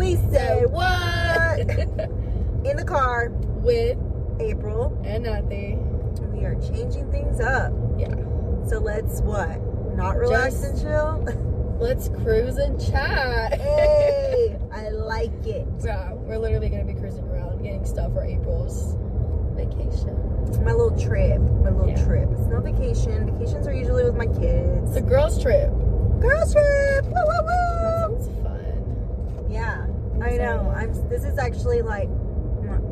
at work in the car. with April, and nothing. we are changing things up. Yeah. So let's what? Not relax Just- and chill. Let's cruise and chat. hey, I like it. yeah, we're literally gonna be cruising around getting stuff for April's vacation. It's my little trip. My little Yeah. trip. It's not vacation. Vacations are usually with my kids. It's a girls' trip. Girls trip. Woo, woo, woo. Sounds fun. Yeah, I know. I'm. This is actually like,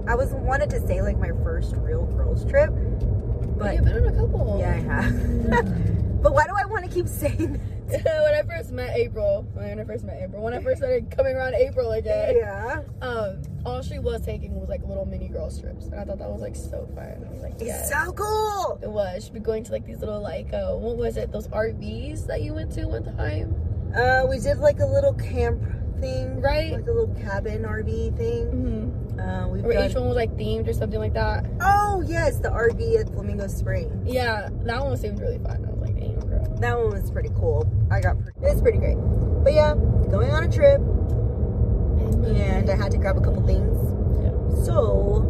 I was wanted to say like my first real girls trip, But but you've been on a couple. yeah, I have. but why do I want to keep saying? when I first met April, when I first met April, when I first started coming around April That? again, Yeah, um, all she was taking was like little mini girl trips, and I thought that was like so fun. I was like, it's yes. so cool. It was. She'd be going to like these little like uh, what was it? Those RVs that you went to one time, Uh, we did like a little camp thing, right? Like a little cabin RV thing. Mm-hmm. Uh, we've Or done. each one was like themed or something like that. Oh yes, the RV at Flamingo Spring. Yeah, that one seemed really fun. I was like, damn girl. That one was pretty cool. I got. Pre- it's pretty great. But yeah, going on a trip, and I had to grab a couple things. So,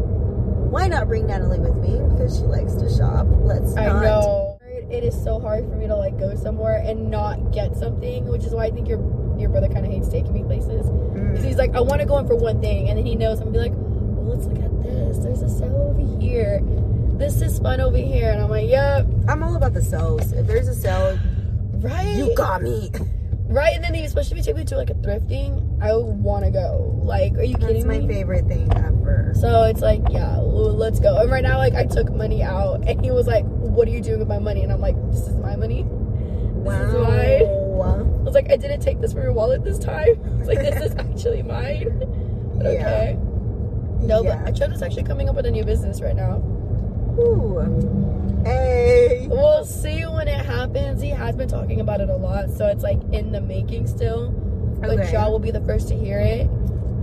why not bring Natalie with me? Because she likes to shop. Let's I not. know. It is so hard for me to like go somewhere and not get something, which is why I think your your brother kind of hates taking me places. 'Cause Mm. he's like, I want to go in for one thing, and then he knows I'm gonna be like, well, let's look at this. There's a sale over here. This is fun over here, and I'm like, yep, I'm all about the sales. If there's a sale, right. you got me. Right, and then he was supposed to be taking me to like a thrifting. I want to go. Like, are you That's kidding my me? favorite thing ever. So it's like, yeah, well, let's go. And right now, like, I took money out, and he was like, "What are you doing with my money?" And I'm like, "This is my money." is why. I was like, "I didn't take this from your wallet this time." It's like, "This is actually mine." But Yeah. okay. No, yeah. but Chad is actually coming up with a new business right now. Ooh. Hey. We'll see when it happens. He has been talking about it a lot, so it's like in the making still. but Okay. y'all will be the first to hear it.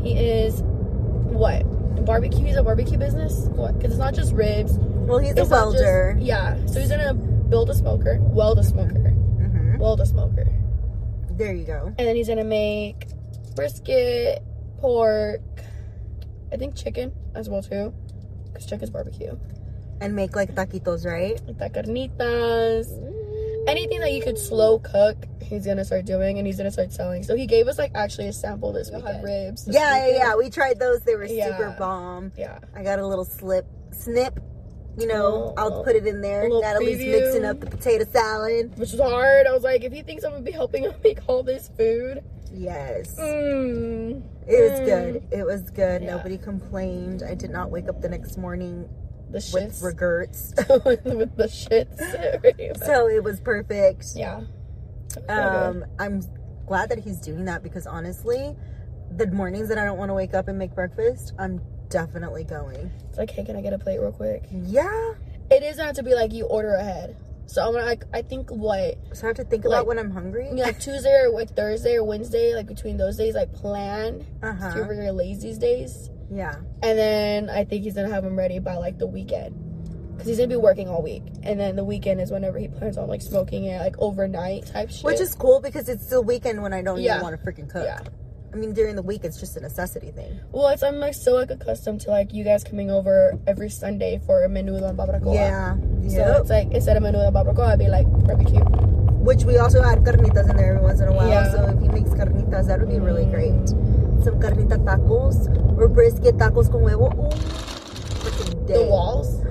He is what barbecue? He's a barbecue business. What? Because it's not just ribs. Well, he's a it's not just- welder. yeah. So he's gonna build a smoker, weld a smoker, hmm weld a smoker, There you go. and then he's gonna make brisket, pork, I think chicken as well too, because chicken's barbecue. And make like taquitos, right? Like that carnitas. Anything that you could slow cook, he's gonna start doing, and he's gonna start selling. So he gave us like actually a sample this weekend. Had ribs. this Yeah, yeah, weekend. yeah. We tried those. They were super Yeah. bomb. Yeah. I got a little slip, snip. You know, Oh. I'll put it in there. Little Natalie's preview. mixing up the potato salad. which was hard. I was like, if he thinks I'm gonna be helping him make all this food, Yes. mm. It was Mm. good. It was good. Yeah. Nobody complained. I did not wake up the next morning the with shits with, regrets. the shits. so it was perfect. yeah, Um, I'm glad that he's doing that because honestly, the mornings that I don't want to wake up and make breakfast, I'm definitely going. it's like, hey, can I get a plate real quick? Yeah. It doesn't have to be like you order ahead. So I'm gonna like, I think what So I have to think Like- about when I'm hungry. I mean, like Tuesday or like Thursday or Wednesday, like between those days, like plan Uh uh huh. your lazy's days, Yeah. and then I think he's gonna have them ready by like the weekend. Cause he's gonna be working all week, and then the weekend is whenever he plans on like smoking it like overnight type shit. Which is cool because it's the weekend when I don't Yeah. even want to freaking cook. yeah, I mean, during the week, it's just a necessity thing. Well, it's I'm like so like accustomed to like you guys coming over every Sunday for a menudo and barbacoa. Yeah. So Yep. it's like instead of menudo and barbacoa, I'd be like barbecue. which we also add carnitas in there every once in a while. Yeah. So if he makes carnitas, that would be really Mm. great. Some carnita tacos or brisket tacos con huevo. Ooh, freaking The day. walls.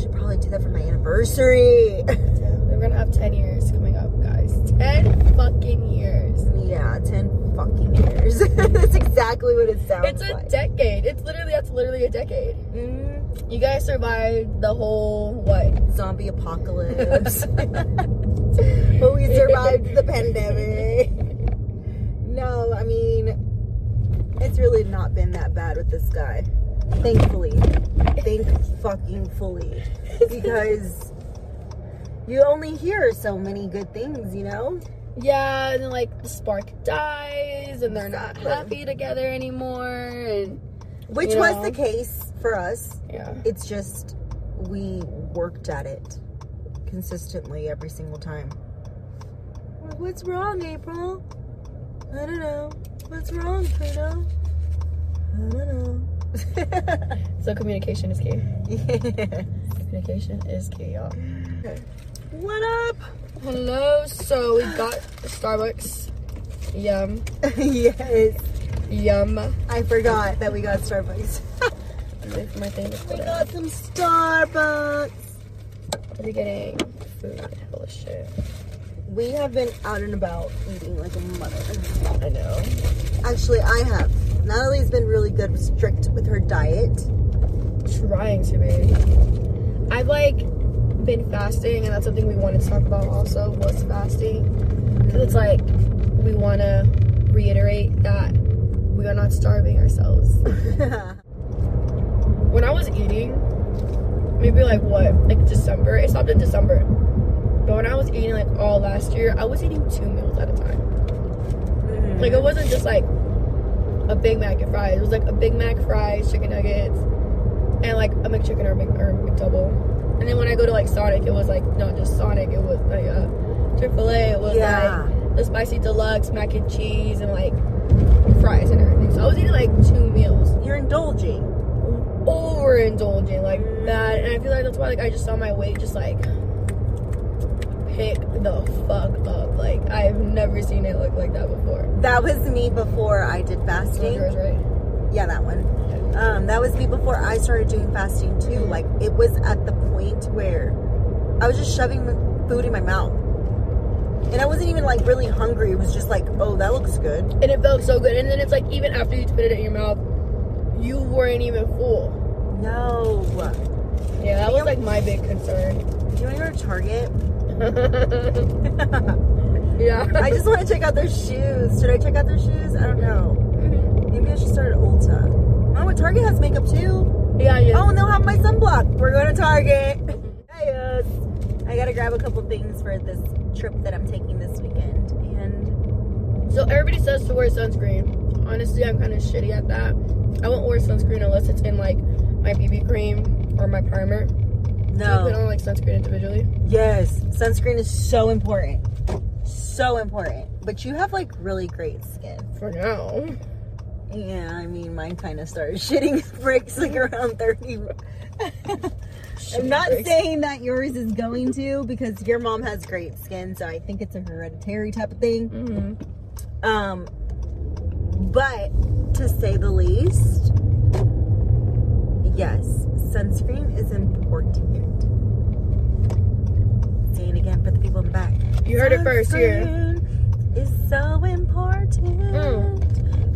Should probably do that for my anniversary. Yeah, we're gonna have ten years coming up, guys. Ten fucking years. yeah, ten fucking years. That's exactly what it sounds It's a like. decade. It's literally that's literally a decade. Mm, You guys survived the whole what? zombie apocalypse. but we survived the pandemic. No, I mean, it's really not been that bad with this guy. Thankfully. Thank fucking fully. Because you only hear so many good things, you know? Yeah, and then like the spark dies, and they're not Exactly. happy together anymore, and Which You was know. the case for us. yeah. It's just we worked at it consistently every single time. What's wrong, April? I don't know. What's wrong, Pluto? I don't know. So communication is key. yeah. Communication is key, y'all. What up? Hello. So we got Starbucks. Yum. yes. Yum. I forgot that we got Starbucks. My thing is We put got some Starbucks. We're getting food. Hella shit. We have been out and about eating like a mother. I know. Actually, I have. Natalie's been really good, strict with her diet. Trying to be. I've like been fasting, and that's something we wanted to talk about. Also, was fasting. Cause it's like we want to reiterate that we are not starving ourselves. when I was eating, maybe like what, like December. It stopped in December. But when I was eating like all last year, I was eating two meals at a time. Like it wasn't just like a Big Mac and fries. It was like a Big Mac, fries, chicken nuggets, and like a McChicken or a Mc, or a McDouble. And then when I go to like Sonic, it was like not just Sonic. It was like a Chick Fil A. It was Yeah. like the spicy deluxe mac and cheese and like fries and everything. So I was eating like two meals You're indulging. overindulging like that and i feel like that's why like i just saw my weight just like pick the fuck up like i've never seen it look like that before That was me before I did That was fasting. yours right Yeah, that one. Um, that was me before I started doing fasting too. Mhm. Like it was at the point where I was just shoving food in my mouth, and I wasn't even like really hungry. It was just like, oh, that looks good. and it felt so good and then it's like even after you put it in your mouth you weren't even full No. yeah that was like my big concern Do you want to go to Target? yeah I just want to check out their shoes. Should I check out their shoes? I don't know. Maybe I should start at Ulta. Oh, and Target has makeup too. yeah yeah Oh, and they'll have my sunblock. We're going to Target. Hey, uh, I gotta grab a couple things for this trip that I'm taking this weekend. And So everybody says to wear sunscreen. Honestly, I'm kind of shitty at that. I won't wear sunscreen unless it's in like my BB cream or my primer. Do you put on like sunscreen individually? Yes. Sunscreen is so important. So important. But you have like really great skin. For now. Yeah, I mean, mine kind of started shitting bricks like around 30. Mm-hmm. I'm not saying that yours is going to because your mom has great skin, so I think it's a hereditary type of thing. hmm Um, but to say the least, yes, sunscreen is important. Say it again for the people in the back. You heard it first here. Sunscreen Is so important,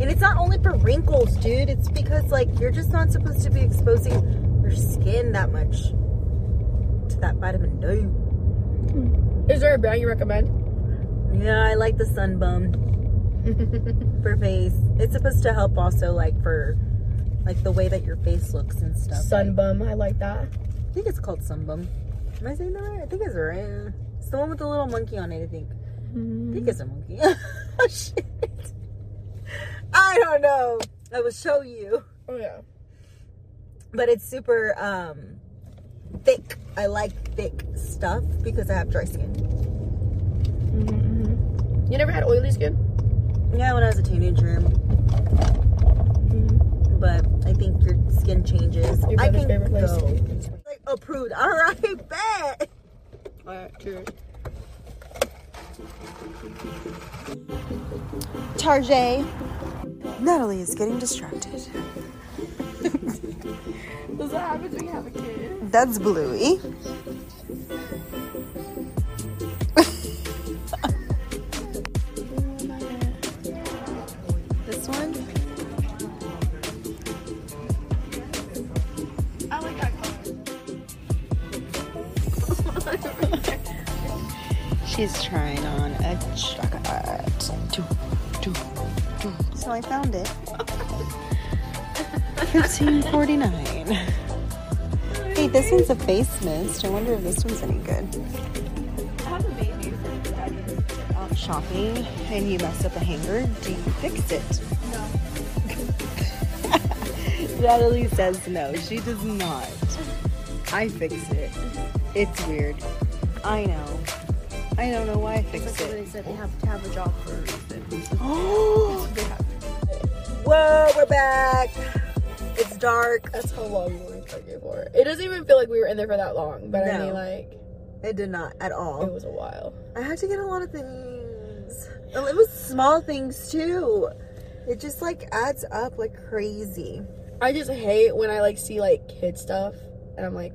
and it's not only for wrinkles, dude. It's because like you're just not supposed to be exposing your skin that much to that vitamin D. Is there a brand you recommend? Yeah, I like the sun bum. for face. It's supposed to help also like for like the way that your face looks and stuff. Sunbum. I like that. I think it's called sunbum. Am I saying that right? I think it's right. It's the one with the little monkey on it, I think. I think it's a monkey. oh shit. I don't know. I will show you. Oh yeah. But it's super um thick. I like thick stuff because I have dry skin. You never had oily skin? Yeah, when I was a teenager. But I think your skin changes. Your I brother's can favorite place. go. Like approved. All right, bet. Alright, cheers. Tarjay. Natalie is getting distracted. Does that happen when you have a kid? That's Bluey. this one? I like that color. She's trying on a chocolate. Do, do, do. So I found it. 1549. Hey, this one's a face mist. I wonder if this one's any good. I have a baby. so I didn't- out Um, shopping and you messed up a hanger, do you fix it? No. Natalie says no. She does not. I fix it. It's weird. I know. I don't know why I fix That's what it. they said. They have to have a job for a reason. Oh, They have- Whoa, we're back. It's dark. That's how long we were in Target for. It doesn't even feel like we were in there for that long, but I No. mean, like, It did not at it all. was a while. I had to get a lot of things. And It was small things too. It just like adds up like crazy. I just hate when I like see like kid stuff and I'm like,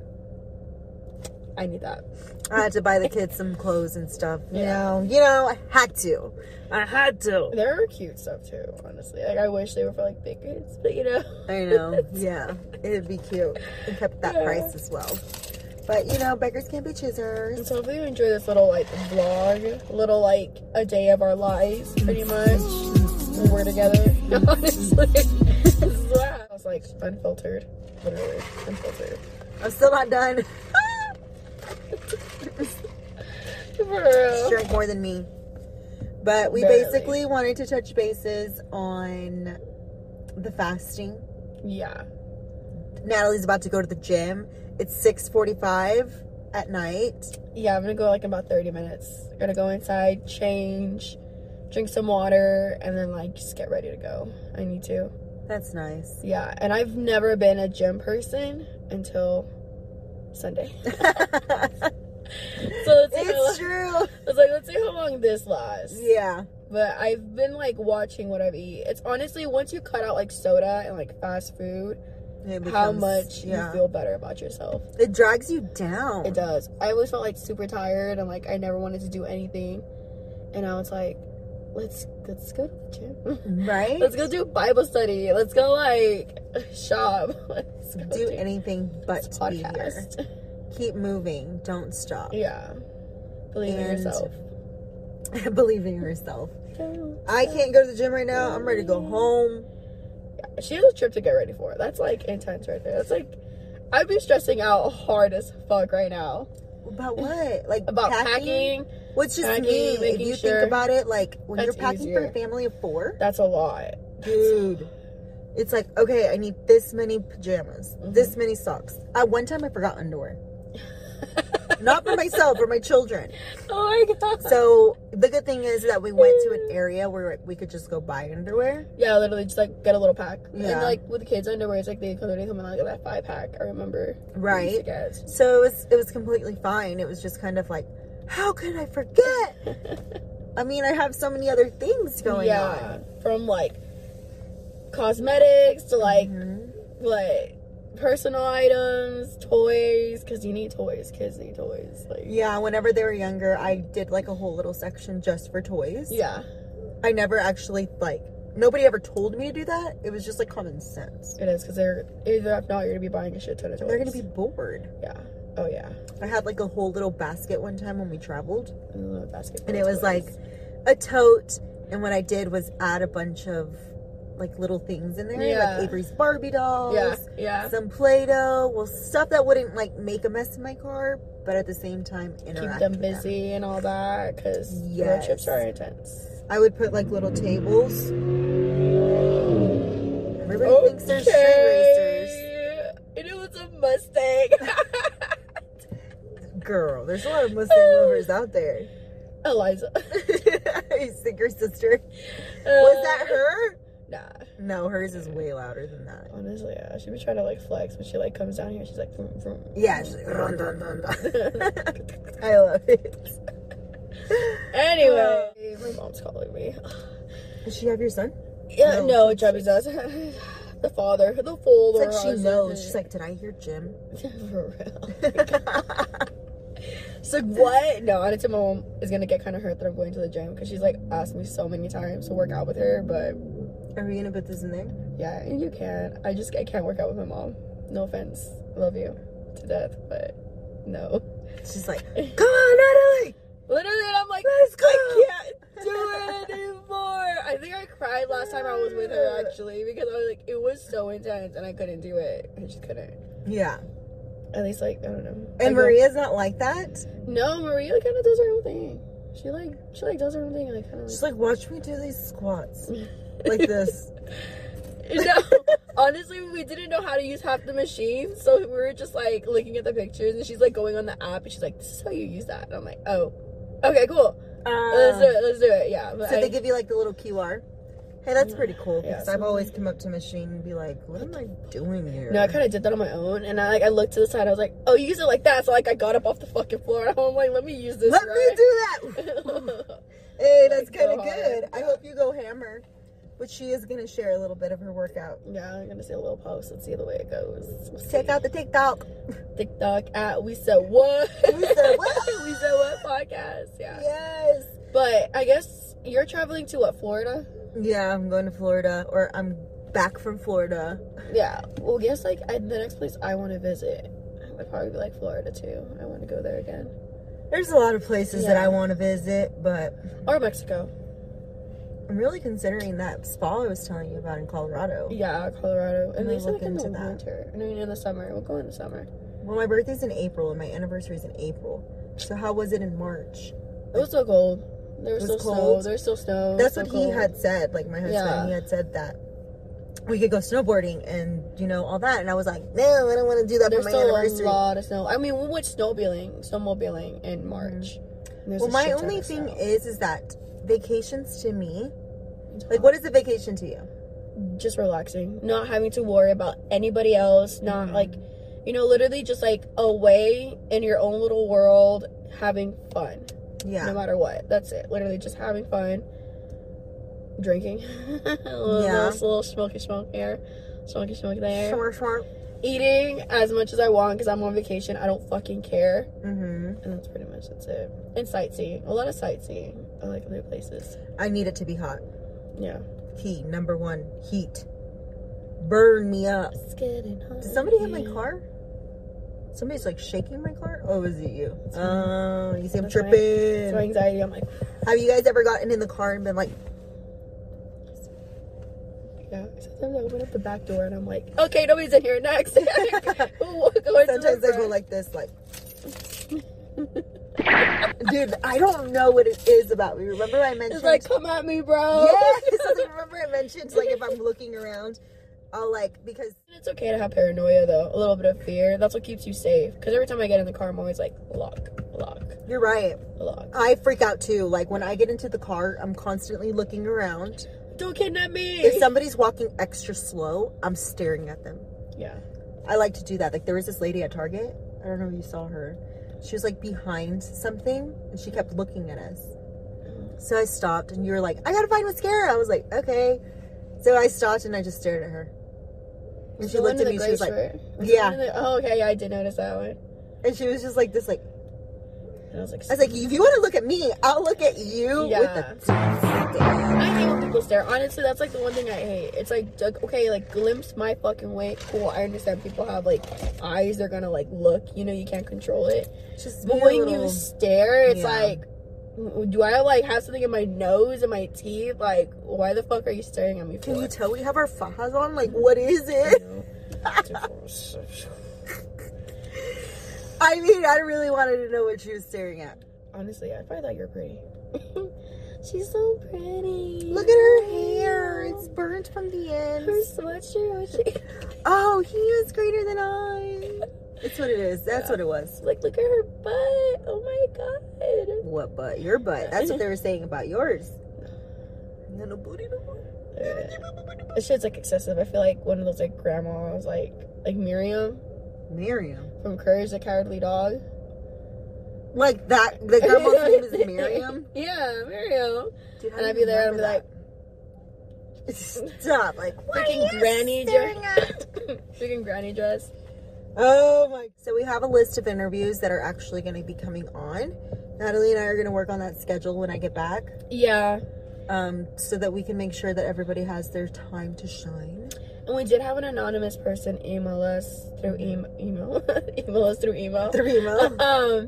I need that. I had to buy the kids some clothes and stuff. You Yeah. know, you know, I had to. I had to. There are cute stuff too, honestly. Like I wish they were for like big kids, but you know. I know. Yeah, it'd be cute. And kept that Yeah. price as well. But you know, beggars can't be choosers. So hopefully you enjoy this little like vlog, little like a day of our lives, pretty much. When we're together, honestly. this is what I was like unfiltered, literally unfiltered. I'm still not done. For real. drank more than me. But we Barely. basically wanted to touch bases on the fasting. Yeah. Natalie's about to go to the gym. It's 6:45 at night. Yeah, I'm gonna go like in about 30 minutes. Gonna go inside, change, drink some water, and then like just get ready to go. I need to. That's nice. Yeah, and I've never been a gym person until Sunday. it's So let's see, how, true. I was like, let's see how long this lasts. Yeah. But I've been like watching what I've eaten. It's honestly once you cut out like soda and like fast food, It how becomes- much yeah. you feel better about yourself. It drags you down. It does. I always felt like super tired and like I never wanted to do anything. And I was like, let's let's go to the gym. Right? let's go do Bible study. Let's go like shop. Let's go do anything but this to be here. podcast. Keep moving. Don't stop. Yeah. Believe in And- yourself. Believe in yourself. I can't go to the gym right now. I'm ready to go home. She has a trip to get ready for. That's like intense right there. That's like I'd be stressing out hard as fuck right now About what? Like about packing. What's just packing, me? If making you sure. think about it, like when That's you're packing for easier. a family of four, That's a lot. dude, it's like okay, I need this many pajamas, Mm-hmm. this many socks. At one time, I forgot underwear. Not for myself, for my children. Oh my god. So the good thing is that we went to an area where we could just go buy underwear. Yeah, literally just like get a little pack. Yeah. And like with the kids' underwear, it's like they come in like that five pack. I remember. we used to Right. get. So it was it was completely fine. It was just kind of like, how could I forget? I mean, I have so many other things going yeah. on. From like cosmetics to like Mhm. like personal items, toys, because you need toys. Kids need toys. Like Yeah, whenever they were younger, I did like a whole little section just for toys. yeah, I never actually like nobody ever told me to do that. It was just like common sense. it is because they're either if not, you're gonna be buying a shit ton of toys. They're gonna be bored. yeah. Oh yeah. I had like a whole little basket one time when we traveled, And a little basket full and it of was toys. like a tote. And what I did was add a bunch of like little things in there, Yeah. like Avery's Barbie dolls, yeah, yeah. some Play-Doh, well stuff that wouldn't like make a mess in my car, but at the same time Keep interact. them with busy and all that because road Yes. trips are intense. I would put like little tables. Everybody thinks they're street racers. Okay. And it was a Mustang. Girl, there's a lot of Mustang lovers out there. Eliza. you think your sister? Uh, Was that her? Nah. No, hers is way louder than that. Honestly, yeah. She be trying to like flex when she like comes down here. She's like, vroom, vroom. Yeah, she's like, "Run, run, run, run." I love it. Anyway, my mom's calling me. Does she have your son? Yeah, No, no, Chubby does. the father, the father. It's like she knows. She's like, did I hear Jim? for real. She's like, what? No, honestly, my mom is gonna get kind of hurt that I'm going to the gym because she's like asked me so many times to work out with her, but Are we gonna put this in there? yeah, and you can. I just I can't work out with my mom. No offense, love you to death, but no. She's like, come on, Natalie, Literally, and I'm like, let's go. I can't do it anymore. I think I cried last time I was with her actually because I was like, it was so intense and I couldn't do it. I just couldn't. Yeah. At least like I don't know. I And go- Maria's not like that. No, Maria kind of does her own thing. She like she like does her own thing and like kind of She's like, like, watch me do these squats like this. no. Honestly, we didn't know how to use half the machines, so we were just like looking at the pictures, and she's like going on the app, and she's like, "This is how you use that," and I'm like, "Oh, okay, cool. Uh, Let's do it. Let's do it." Yeah. But So I- they give you like the little QR. Hey, that's pretty cool Yeah, because I've always come up to machine and be like, "What am I doing here?" No, I kind of did that on my own, and I like I looked to the side. I was like, "Oh, you use it like that." So like I got up off the fucking floor, and I'm like, "Let me use this." Let me do that. Hey, that's Like, go kind of good. hard. I hope you go hammer. But she is gonna share a little bit of her workout. yeah, I'm gonna say a little post. Let's see the way it goes. We'll Check see. out the TikTok. TikTok at we said what We Said What? we said what podcast. Yeah. Yes. but I guess you're traveling to what Florida? Yeah, I'm going to Florida, or I'm back from Florida. Yeah. Well, guess like I, the next place I want to visit would probably be like Florida too. I want to go there again There's a lot of places that Yeah. I want to visit, but or Mexico. I'm really considering that spa I was telling you about in Colorado. Yeah, Colorado, I'm and they gonna said look like in the into that. winter. I mean, in the summer. We'll go in the summer. Well, my birthday's in April and my anniversary's in April. So how was it in March? It was still cold. There was, It still was snow. cold? There was still snow. It was That's still what he cold. had said. Like my husband, Yeah. he had said that we could go snowboarding and you know all that. And I was like, no, I don't want to do that There's for my still a anniversary. lot of snow. I mean, we went snowmobiling, snowmobiling in March. And Mm-hmm. there's Well, a my shit ton only of thing snow. is, is that vacations to me, like, what is a vacation to you? just relaxing, not having to worry about anybody else, not Mhm. like, you know, literally just like away in your own little world, having fun, Yeah, no matter what. That's it. Literally just having fun, drinking, a little, Yeah. this little smoky smoke here, smoky smoke there, short, short. eating as much as I want because I'm on vacation. I don't fucking care, hmm and that's pretty much that's it. And sightseeing, a lot of sightseeing. I like other places. I need it to be hot. Yeah. Key number one, heat. Burn me up. It's getting hot. Did somebody hit my in here. car? Somebody's like shaking my car. Oh, is it you? That's me. Oh, you see, I'm That's my- tripping. So anxiety. I'm like, Have you guys ever gotten in the car and been like, Yeah, sometimes I open up the back door and I'm like, okay, nobody's in here. Next, we'll go into sometimes the I go front. like this, like, dude, I don't know what it is about me. Remember I mentioned, it's like, "Oh." come at me, bro. yes, remember I mentioned, like, if I'm looking around, I'll like, because It's okay to have paranoia though, a little bit of fear. That's what keeps you safe. Because every time I get in the car, I'm always like, lock, lock, you're right. lock. I freak out too. Like, when I get into the car, I'm constantly looking around. Don't kidnap me. If somebody's walking extra slow, I'm staring at them. yeah, I like to do that. Like there was this lady at Target. I don't know if you saw her. She was like behind something and she kept looking at us. So I stopped and you were like, I gotta find mascara. I was like, okay. So I stopped and I just stared at her. And she The one looked in at me, the gray she was like, shirt. Was yeah. the one in the- oh, okay. Yeah, I did notice that one. and she was just like this like And I was like, I was like, if you wanna look at me, I'll look at you Yeah. with the stare. I hate when people stare. Honestly, that's like the one thing I hate. It's like, like, okay, like glimpse my fucking way. Cool. I understand people have like eyes. They're gonna like look. You know, you can't control it. Just But be a when little- you stare, it's Yeah. like, w- do I like have something in my nose and my teeth? Like, why the fuck are you staring at me for? can you tell we have our fajas on? Like what is it? I mean, I really wanted to know what she was staring at. Honestly, I probably thought you were pretty. She's so pretty. Look at her hair. It's burnt from the ends. her sweatshirt. She, Oh, he is greater than I. It's what it is. That's Yeah. what it was. like, look at her butt. Oh my god. What butt? Your butt. That's what they were saying about yours. No, no booty, no booty. That shit's like excessive. I feel like one of those like grandmas, like like Miriam Miriam. from Courage the Cowardly Dog. Like that. The grandma's name is Miriam. Yeah, Miriam. Dude, I And don't I'd be there. I'd be remember like that. stop. Like what freaking are you granny staring dress. at? freaking granny dress. Oh my. So we have a list of interviews that are actually going to be coming on. Natalie and I are going to work on that schedule when I get back, Yeah. um, so that we can make sure that everybody has their time to shine. And we did have an anonymous person email us through em- email, email us through email. Three mo. um,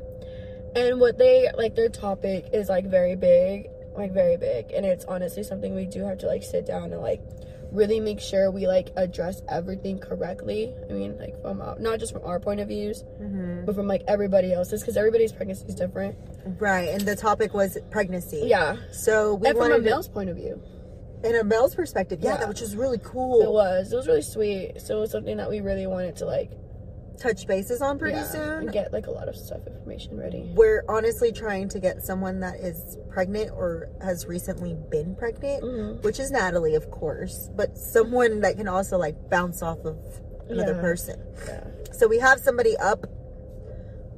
and what they like their topic is like very big, like very big, and it's honestly something we do have to like sit down and like really make sure we like address everything correctly. I mean, like from uh, not just from our point of views, hmm but from like everybody else's, because everybody's pregnancy is different. Right, and the topic was pregnancy. Yeah, So we and from a wanted male's point of view, in a male's perspective. Yeah, Yeah. that which is really it cool. was it was really sweet. So it was something that we really wanted to like touch bases on pretty Yeah, soon. And get like a lot of stuff information ready. We're honestly trying to get someone that is pregnant or has recently been pregnant, Mhm. which is Natalie, of course, but someone that can also like bounce off of another Yeah. person. Yeah. So we have somebody up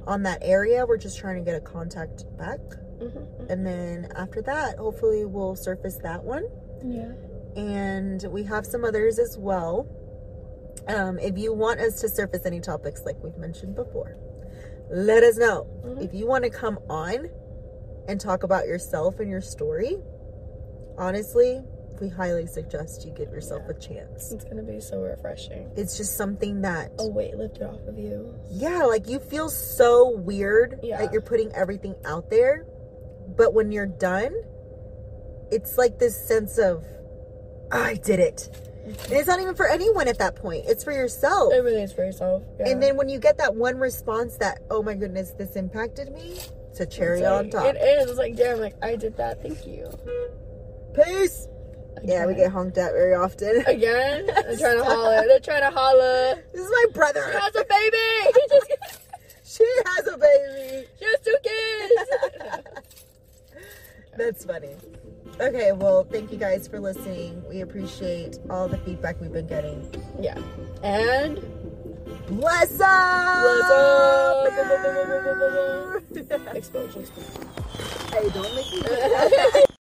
on that area. We're just trying to get a contact back. Mhm. And then after that, hopefully, we'll surface that one. Yeah. And we have some others as well. Um, if you want us to surface any topics like we've mentioned before, let us know. Mhm. If you want to come on and talk about yourself and your story, honestly, we highly suggest you give yourself a chance. It's gonna be so refreshing. It's just something that A weight lifted off of you. yeah, like you feel so weird Yeah. that you're putting everything out there, but when you're done, it's like this sense of I did it. Mm-hmm. And it's not even for anyone at that point. It's for yourself. It really is for yourself. Oh, Yeah. And then when you get that one response that, "Oh my goodness, this impacted me," it's a cherry It's on like- top. It is. It's like, damn, like I did that. Thank you. Peace. Yeah, we get honked at very often. again. They're trying to holler. They're trying to holler. This is my She brother. has a baby. She just She has a baby. she has two kids. That's funny. Okay, well, thank you guys for listening. We appreciate all the feedback we've been getting. yeah. And Bless up! up! hey, explosions. don't make me.